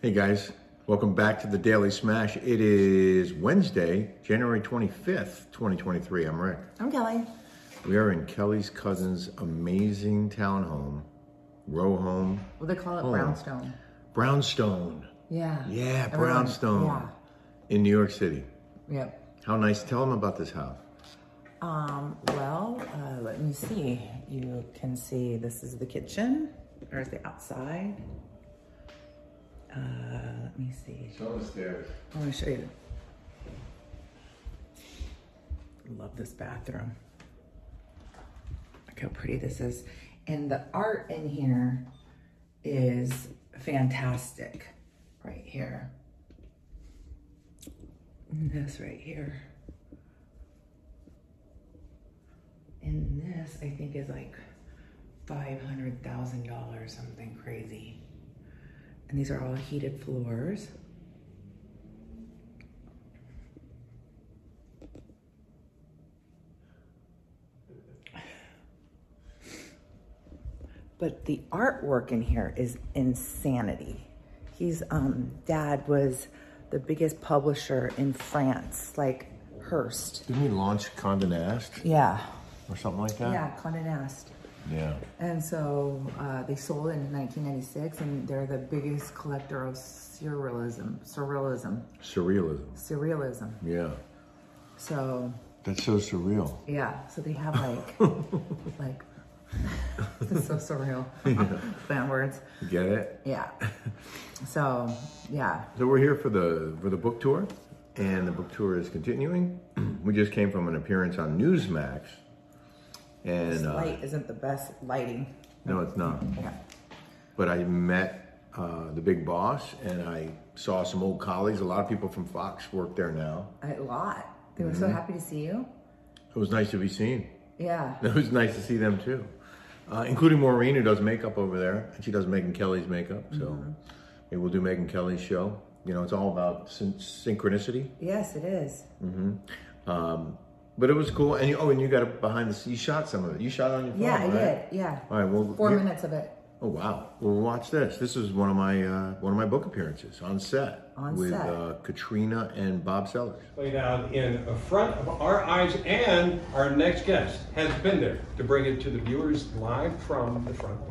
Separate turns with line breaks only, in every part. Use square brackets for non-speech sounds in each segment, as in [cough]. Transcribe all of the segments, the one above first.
Hey guys, welcome back to the Daily Smash. It is Wednesday, January 25th, 2023. I'm Rick.
I'm Kelly.
We are in Kelly's cousin's amazing townhome, row home,
Well, they call it
Oh.
brownstone.
brownstone.
Yeah.
Yeah,
Everyone-
brownstone
Yeah.
in New York City.
Yep.
How nice. Tell them about this house.
Um, well, uh, let me see. You can see this is the kitchen. There's the outside. Uh, let me see.
Show us there.
Let me show you. Love this bathroom. Look how pretty this is. And the art in here is fantastic. Right here. And this right here. And this, I think, is like $500,000, something crazy. And these are all heated floors. but the artwork in here is insanity. He's um dad was the biggest publisher in France, like Hearst.
Didn't we launch Condé Nast
Yeah.
or something like that?
Yeah, Condé Nast.
Yeah.
And so uh, they sold in 1996, and they're the biggest collector of surrealism, surrealism,
Surrealism.
surrealism.
Yeah.
So
That's so surreal.
yeah, so they have like, like, [laughs] it's so surreal. Fan words.
You get it?
Yeah. So yeah,
So we're here for the for the book tour, and the book tour is continuing. [clears throat] we just came from an appearance on Newsmax, and
This
uh,
light isn't the best lighting.
no, it's not.
Yeah.
But I met uh, the big boss, and I saw some old colleagues. A lot of people from Fox work there now.
A lot. They were so
Mm-hmm.
happy to see you.
It was nice to be seen. [laughs]
Yeah.
It was nice to see them too, uh, including Maureen who does makeup over there, and she does Megan Kelly's makeup. So maybe we'll do Megan Kelly's show. You know, it's all about syn- synchronicity.
Yes, it is.
Um, But it was cool, and you, oh, and you got a behind the you shot some of it. You shot on your phone.
Yeah, I
right?
did. Yeah.
All right, well,
Four
here-
minutes of it.
Oh wow! Well, watch this. This is one of my uh, one of my book appearances on set
On
with
set.
Uh, Katrina and Bob Sellers.
played out in front of our eyes, and our next guest has been there to bring it to the viewers live from the front lines.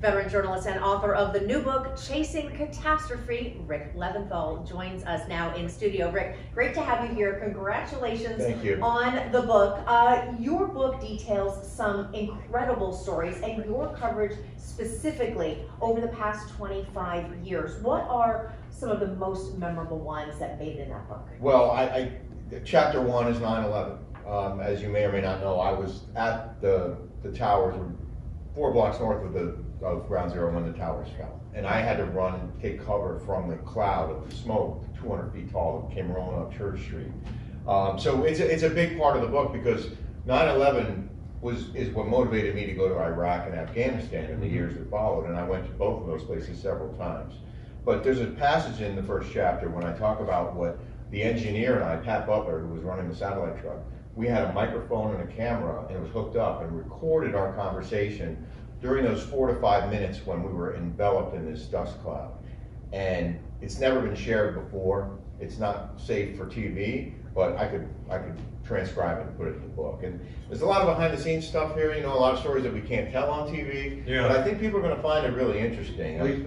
Veteran journalist and author of the new book, Chasing Catastrophe, Rick Leventhal, joins us now in studio. Rick, great to have you here. Congratulations
Thank you.
on the book. Uh, your book details some incredible stories and your coverage specifically over the past 25 years. What are some of the most memorable ones that made it in that
[laughs]
book?
Well, I, I, chapter one is 9/11. Um, as you may or may not know, I was at the, the towers, four blocks north of the, of Ground Zero when the towers fell. And I had to run and take cover from the cloud of smoke, two hundred feet tall, that came rolling up Church Street. Um, so it's, a- it's a big part of the book because 9/11 was, is what motivated me to go to Iraq and Afghanistan in the years that followed. And I went to both of those places several times. But there's a passage in the first chapter when I talk about what the engineer and I, Pat Butler, who was running the satellite truck, we had a microphone and a camera and it was hooked up and recorded our conversation during those four to five minutes when we were enveloped in this dust cloud. And it's never been shared before. It's not safe for TV, but I could I could transcribe it and put it in the book. And there's a lot of behind the scenes stuff here, you know, a lot of stories that we can't tell on TV.
Yeah.
But I think people are gonna find it really interesting.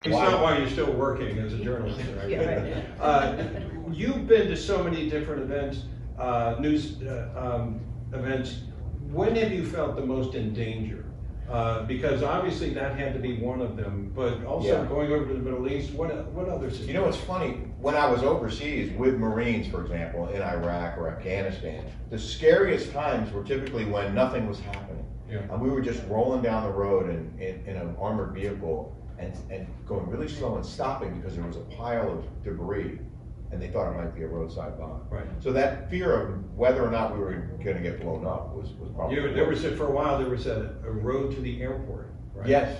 It's not why you're still working as a journalist, right? [laughs] Uh, you've been to so many different events, uh, news uh, um, events. When have you felt the most in danger? Uh, because obviously that had to be one of them, but also
Yeah.
going over to the Middle East, what, what others?
You know, it's funny, when I was overseas with Marines, for example, in Iraq or Afghanistan, the scariest times were typically when nothing was happening.
Yeah.
And we were just rolling down the road in, in, in an armored vehicle and, and going really slow and stopping because there was a pile of debris and they thought it might be a roadside bomb.
Right.
So that fear of whether or not we were gonna get blown up was, was probably.
You, there was, a- for a while, there was a, a road to the airport, right?
Yes,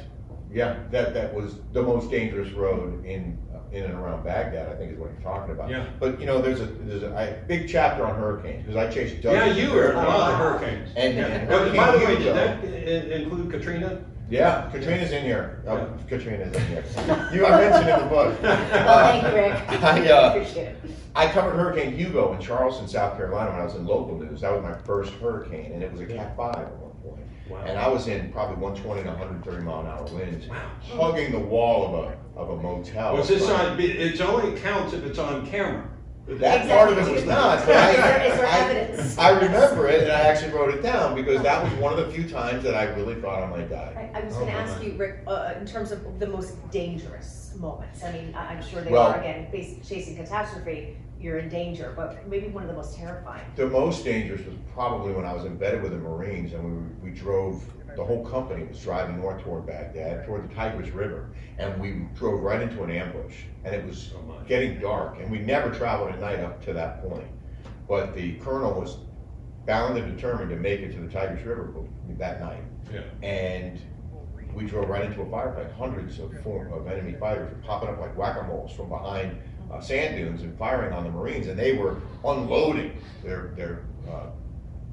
yeah, that, that was the most dangerous road in, in and around Baghdad, I think is what you're talking about.
Yeah.
But, you know, there's a, there's a, I, big chapter on hurricanes, because I chased
Yeah,
dozens.
you
of
were in a lot of
hurricanes.
hurricanes.
And-
Yeah.
and
But By the way,
Hurricane
did that i- include
[laughs]
Katrina?
Yeah, Katrina's in here,
Yeah.
oh, Katrina's in here. You, I mentioned it in the book.
Well, thank you, Rick.
I, uh,
Appreciate it.
I covered Hurricane Hugo in Charleston, South Carolina, when I was in local news. That was my first hurricane, and it was a Cat Five at one point.
Wow.
And I was in probably 120 to 130 mile an hour winds, hugging the wall of a of a motel.
Was this on, it's only counts if it's on camera.
That part of it
Exactly.
was not. But I,
Is there- is there
I-
evidence?
I remember it, and I actually wrote it down because that was one of the few times that I really thought I might die.
I I was
Oh,
gonna
my
ask
God.
you, Rick, uh, in terms of the most dangerous moments, I mean, I- I'm sure they
Well-
are, again, face- chasing catastrophe, you're in danger, but maybe one of the most terrifying.
The most dangerous was probably when I was embedded with the Marines and we, we drove, the whole company was driving north toward Baghdad, toward the Tigris River, and we drove right into an ambush. And it was
Oh my.
getting dark, and we never traveled at night up to that point. But the colonel was bound and determined to make it to the Tigris River b- that night.
Yeah.
And we drove right into a firefight. Hundreds of form of enemy fighters were popping up like whack-a-moles from behind uh, sand dunes and firing on the Marines, and they were unloading their their uh,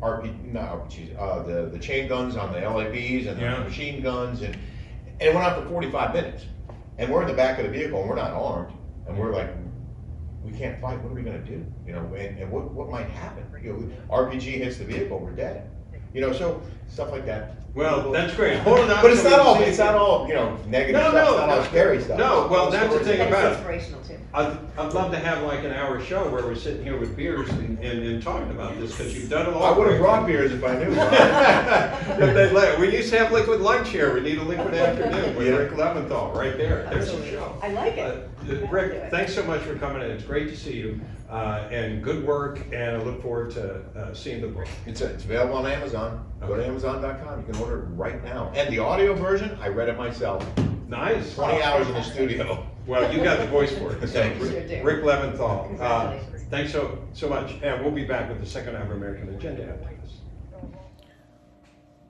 RP, no, geez, uh, the the chain guns on the LABs and
Yeah.
the machine guns, and and it went on for 45 minutes. And we're in the back of the vehicle, and we're not armed, and we're like, we can't fight. What are we gonna do? You know, and, and what what might happen? You know, RPG hits the vehicle, we're dead. You know, so stuff like that.
Well, that's great. Hold it up.
But it's
so
not
we
all.
see
It's
it.
not all. You know, negative
No,
stuff. it's
no,
not all
no.
scary stuff.
No, well, that's the thing
And
about it.
it's inspirational too.
I'd, I'd love to have like an hour show where we're sitting here with beers and, and, and talking about this, because you've done a lot.
[laughs] I would have brought beers if I knew.
[laughs]
Bob.
If they let- we used to have liquid lunch here, we need a liquid afternoon with
Yeah.
Rick Leventhal, right there, there's a show.
I like it.
Uh,
Do
Rick,
it.
thanks so much for coming in, it's great to see you, uh, and good work, and I look forward to, uh, seeing the book.
[laughs] It's, it's available on Amazon. Go to
Okay.
Amazon.com. You can order it right now. And the audio version, I read it myself.
Nice.
20 hours in the studio.
Well, you got the voice for it. So,
[laughs] Thank you.
Sure do.
Rick Leventhal, uh,
Congratulations.
thanks so, so much, and we'll be back with the second hour of American Agenda after this.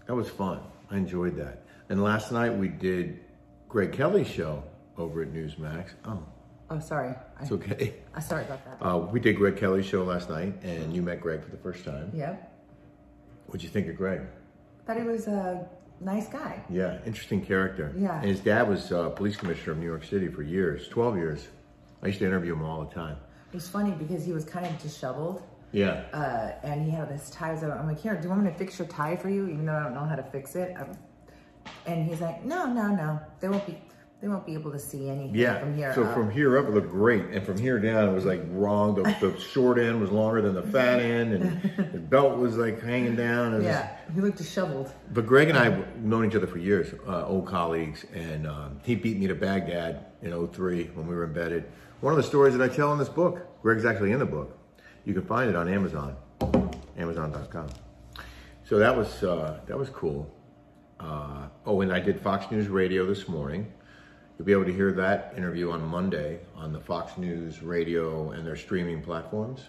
That was fun. I enjoyed that. And last night we did Greg Kelly's show over at Newsmax. Oh,
Oh, sorry. I,
it's
[laughs]
okay.
I sorry about that.
Uh, we did Greg Kelly's show last night, and you met Greg for the first time.
yeah.
What'd you think of Greg?
Thought he was a nice guy.
Yeah, interesting character.
Yeah.
And his dad was uh, police commissioner of New York City for years, 12 years. I used to interview him all the time.
It was funny because he was kind of disheveled.
Yeah.
Uh, and he had his ties. I'm like, here, do you want me to fix your tie for you? Even though I don't know how to fix it. Um and he's like, no, no, no. They won't be. They won't be able to see anything
yeah.
from here.
so
up.
from here up, it looked great. And from here down, it was like wrong. The,
[laughs]
the short end was longer than the fat end, and the belt was like hanging down. It was
yeah, he looked disheveled.
But Greg and I have known each other for years, uh, old colleagues, and um, he beat me to Baghdad in 03 when we were embedded. One of the stories that I tell in this book, Greg's actually in the book. You can find it on Amazon, Amazon.com. So that was uh, that was cool. Uh, oh, and I did Fox News Radio this morning. You'll be able to hear that interview on Monday on the Fox News Radio and their streaming platforms.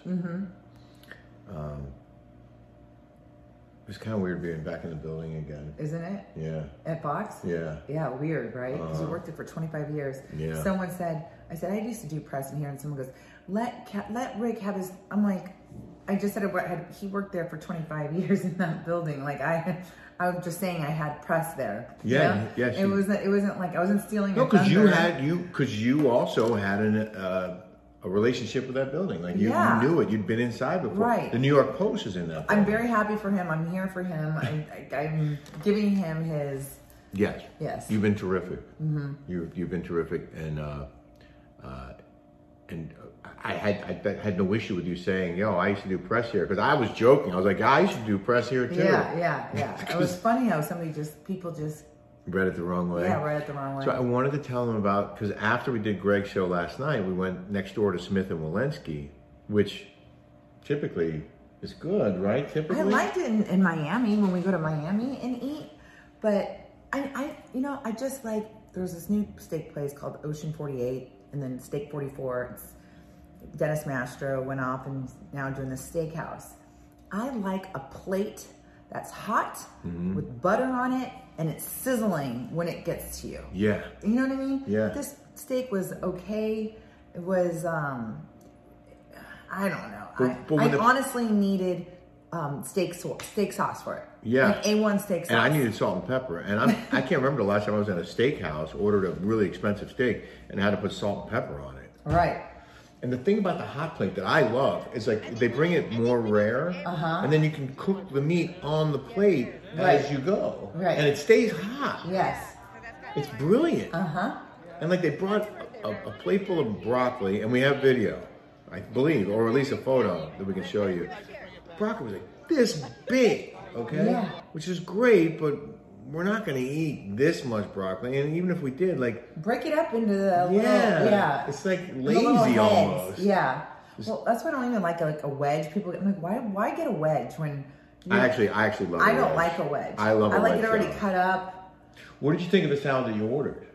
It was kind of weird being back in the building again.
Isn't it?
Yeah,
At Fox?
yeah.
Yeah, weird, right? Because we worked there for 25 years.
Uh-huh. Yeah.
Someone said, I said, I used to do press in here, and someone goes, let Ca- let Rick have his. I'm like, I just said it, wa- had, he worked there for 25 [laughs] years in that building. Like I, I'm just saying I had press there. you
Yeah,
know?
yeah, she-
It wasn't. It wasn't like I wasn't stealing.
No,
your
because you
thunder.
had you because you also had an uh, a relationship with that building. Like you,
Yeah.
you knew it. You'd been inside before.
Right.
The New York Post is in that.
I'm
building.
very happy for him. I'm here for him. I'm, I, I'm giving him his.
Yes.
Yes.
You've been terrific. Mm-hmm. You you've been terrific, and uh, uh, and uh, I had I bet- had no issue with you saying, "Yo, I used to do press here," because I was joking. I was like, "Yeah, "I used to do press here too."
Yeah, yeah, yeah. it was funny how somebody just people just
Read it the wrong way.
yeah read it the wrong way.
So I wanted to tell them about because after we did Greg's show last night, we went next door to Smith and Walensky, which typically is good, right?
I
Typically,
liked it in, in Miami when we go to Miami and eat, but I, I, you know, I just like there's this new steak place called Ocean 48 and then Steak 44. It's Dennis Mastro went off and is now doing the steakhouse. I like a plate that's hot with butter on it and it's sizzling when it gets to you.
Yeah.
You know what I mean?
Yeah.
This steak was okay. It was, um, I don't know.
But-
I,
but when
I
the-
honestly needed um, steak so- steak sauce for it.
Yeah.
Like A1 steak sauce.
And I needed salt and pepper. And I'm, I can't remember the last time I was at a steakhouse, ordered a really expensive steak, and had to put salt and pepper on it.
Right.
And the thing about the hot plate that I love is like they bring it more rare, and then you can cook the meat on the plate as
Uh-huh. Right.
you go,
Right.
and it stays hot.
Yes.
It's brilliant.
Uh huh.
And like they brought a, a plate full of broccoli, and we have video, I believe, or at least a photo that we can show you. Broccoli was like this big, okay?
Yeah.
Which is great, but we're not going to eat this much broccoli. And even if we did, like,
Break it up into the
yeah,
little, yeah.
it's like
The little
lazy
heads.
almost.
Yeah. Well, that's why I don't even like a, like a wedge. People, I'm like, why why get a wedge when you-
I actually, I actually love.
I
a
don't
wedge.
like a wedge.
I love.
I
a
like
wedge
it already
salad.
cut up.
What did you think of the salad that you ordered?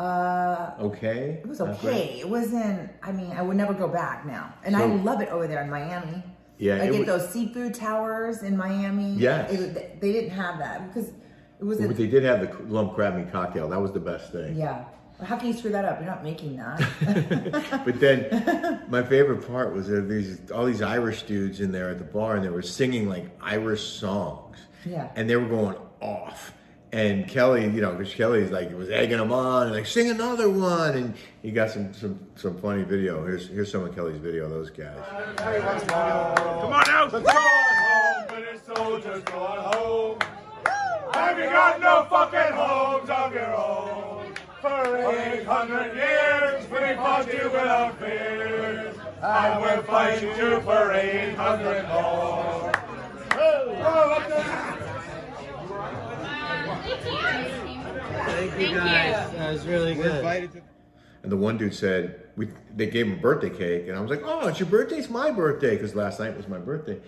Uh,
Okay.
it was
Not great?
okay. It wasn't. I mean, I would never go back now. And I
So-
love it over there in Miami.
Yeah,
I
it
get
would-
those seafood towers in Miami.
Yes.
It, they didn't have that because it was.
But
A,
they did have the lump crab meat cocktail. That was the best thing.
yeah. How can you screw that up? You're not
[laughs]
making that.
But then [laughs] my favorite part was there were these all these Irish dudes in there at the bar and they were singing like Irish songs.
Yeah.
And they were going off. And Kelly, you know, because Kelly's like was egging them on and like sing another one and he got some some some funny video. Here's here's some of Kelly's video of those guys.
Come on out! Let's go on home, British soldiers, go on home. Have you got no fucking homes of your own? For 800 years, we fought you without fear. And we'll fight you for 800 more.
Thank you guys. That was really good.
And the one dude said, we, they gave him a birthday cake. And I was like, oh, it's your birthday? It's my birthday. Because last night was my birthday.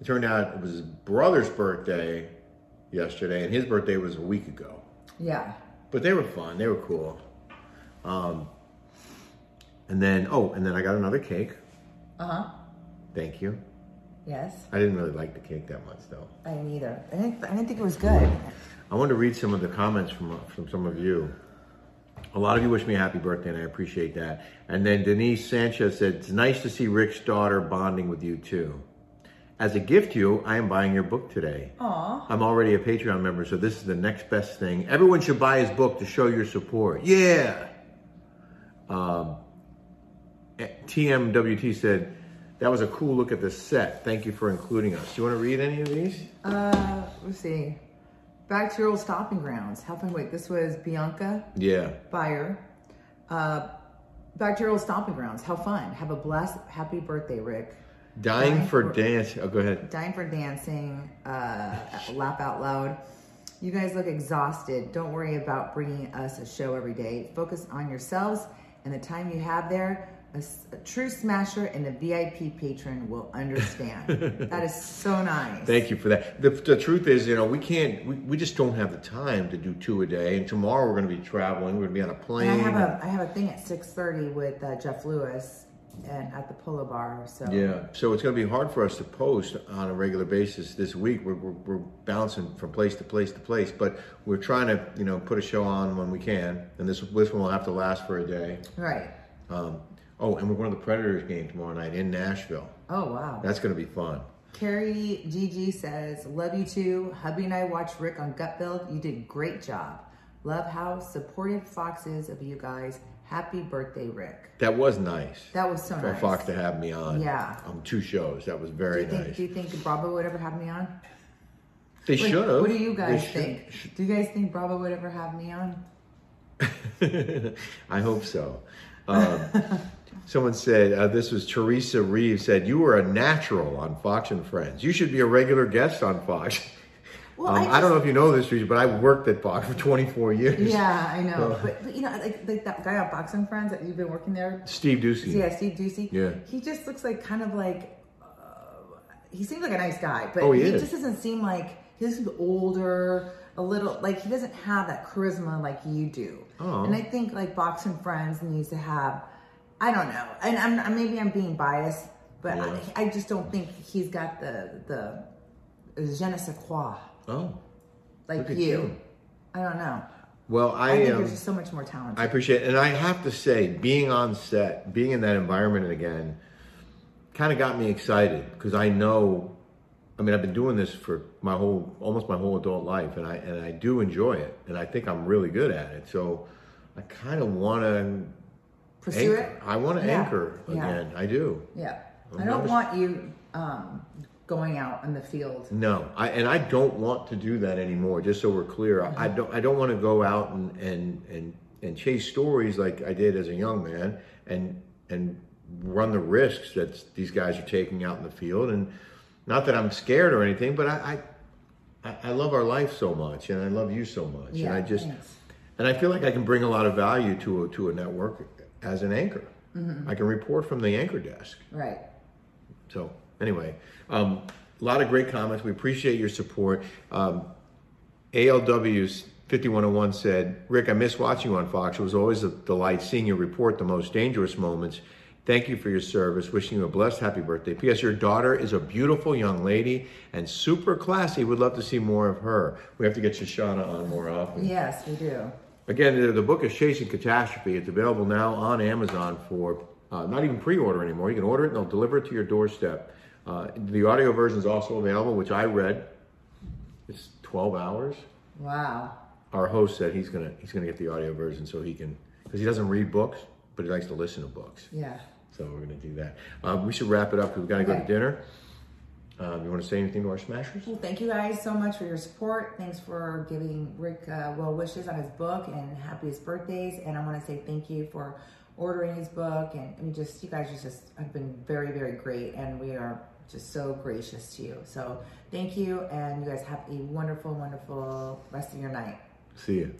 It turned out it was his brother's birthday yesterday, and his birthday was a week ago.
yeah.
But they were fun. They were cool. Um, and then, oh, and then I got another cake.
Uh huh.
Thank you.
Yes.
I didn't really like the cake that much, though.
I didn't either. I didn't, I didn't think it was good.
I want to read some of the comments from from some of you. A lot of you wish me a happy birthday, and I appreciate that. And then Denise Sanchez said, "It's nice to see Rick's daughter bonding with you too." As a gift to you, I am buying your book today. Aww. I'm already a Patreon member, so this is the next best thing. Everyone should buy his book to show your support. Yeah. Um, TMWT said, "That was a cool look at the set. Thank you for including us." Do you want to read any of these?
Uh, let's see. Back to your old stomping grounds. Helping wait. This was Bianca
Yeah.
Fire. Uh, back to your old stomping grounds. How fun. Have a blessed, happy birthday, Rick.
Dying
Dying
for
for-
dance. Oh, go ahead.
Dying for dancing. Uh, laugh out loud. You guys look exhausted. Don't worry about bringing us a show every day. Focus on yourselves and the time you have there. A, s- a true smasher and a VIP patron will
[laughs]
understand. that is so nice.
Thank you for that. The, the truth is, you know, we can't, we, we just don't have the time to do two a day. And tomorrow we're going to be traveling. We're going to be on a plane.
And I have a I have a thing at six thirty with uh, Jeff Lewis and at the Polo Bar. So
yeah. So it's going to be hard for us to post on a regular basis this week. We're, we're, we're bouncing from place to place to place, but we're trying to, you know, put a show on when we can. And this, this one will have to last for a day.
right.
Um, oh, and we're going to the Predators game tomorrow night in Nashville.
Oh wow.
That's going to be fun.
Carrie GG says, "Love you too." Hubby and I watched Rick on Gutfeld. You did great job. Love how supportive Fox is of you guys. Happy birthday, Rick.
That was nice.
That was so
for
nice.
Fox to have me on.
Yeah.
Um, two shows. That was
do
very
you think
nice.
Do you think Bravo would ever have me on?
They
Like,
should Um, have.
What do you guys think? Do you guys think Bravo would ever have me on?
[laughs] I hope so. Um, someone said uh, this was Teresa Reeves said you were a natural on Fox and Friends. You should be a regular guest on Fox. [laughs]
Well,
um, I,
I
don't know if you know this, Teresa, but I worked at Fox for 24 years.
Yeah, I know. But, but you know, like, like that guy on Fox and Friends that you've been working there
Steve Ducey.
Yeah, Steve Ducey.
Yeah.
He just looks like kind of like uh, he seems like a nice guy, but
Oh, he
he
is.
just doesn't seem like he seems older. a little like he doesn't have that charisma like you do.
Oh.
And I think like Boxing Friends needs to have, I don't know, and I'm I'm- maybe I'm being biased, but
Yeah.
I, I just don't think he's got the the je ne sais quoi
Oh,
like
Look at
you.
you.
I don't know.
well, I,
I, think
um,
there's just so much more talent.
I appreciate it. And I have to say, being on set, being in that environment again, kind of got me excited because I know, I mean, I've been doing this for my whole, almost my whole adult life, and I and I do enjoy it, and I think I'm really good at it. So I kind of want to
Pursue it.
I want to
Yeah.
anchor
Yeah.
again. I do.
Yeah.
I'm
I don't
nervous.
want you um, going out in the field.
No, I and I don't want to do that anymore. Just so we're clear, I, I don't. I don't want to go out and and and and chase stories like I did as a young man, and and run the risks that these guys are taking out in the field. And not that I'm scared or anything, but I I, I- I love our life so much, and I love you so much, and
Yeah,
I just
thanks.
and I feel like I can bring a lot of value to a, to a network as an anchor. I can report from the anchor desk.
Right.
So anyway, um, a lot of great comments. We appreciate your support. Um, ALW's 5101 said, Rick, I miss watching you on Fox. It was always a delight seeing you report the most dangerous moments. Thank you for your service. Wishing you a blessed happy birthday. P.S. Your daughter is a beautiful young lady and super classy. Would love to see more of her. We have to get Shoshana on more often.
Yes, we do.
Again, the, the book is Chasing Catastrophe. It's available now on Amazon for uh, not even pre order anymore. You can order it and they'll deliver it to your doorstep. Uh, the audio version is also available, which I read. It's 12 hours.
Wow.
Our host said he's gonna he's gonna get the audio version so he can because he doesn't read books, but he likes to listen to books.
Yeah.
So we're gonna do that. Um, we should wrap it up because we gotta go to
Okay.
dinner. Um, you want to say anything to our smashers?
Well, thank you guys so much for your support. Thanks for giving Rick uh, well wishes on his book and happiest birthdays. And I want to say thank you for ordering his book. And I mean, just you guys just have been very, very great. And we are just so gracious to you. So thank you. And you guys have a wonderful, wonderful rest of your night.
See you.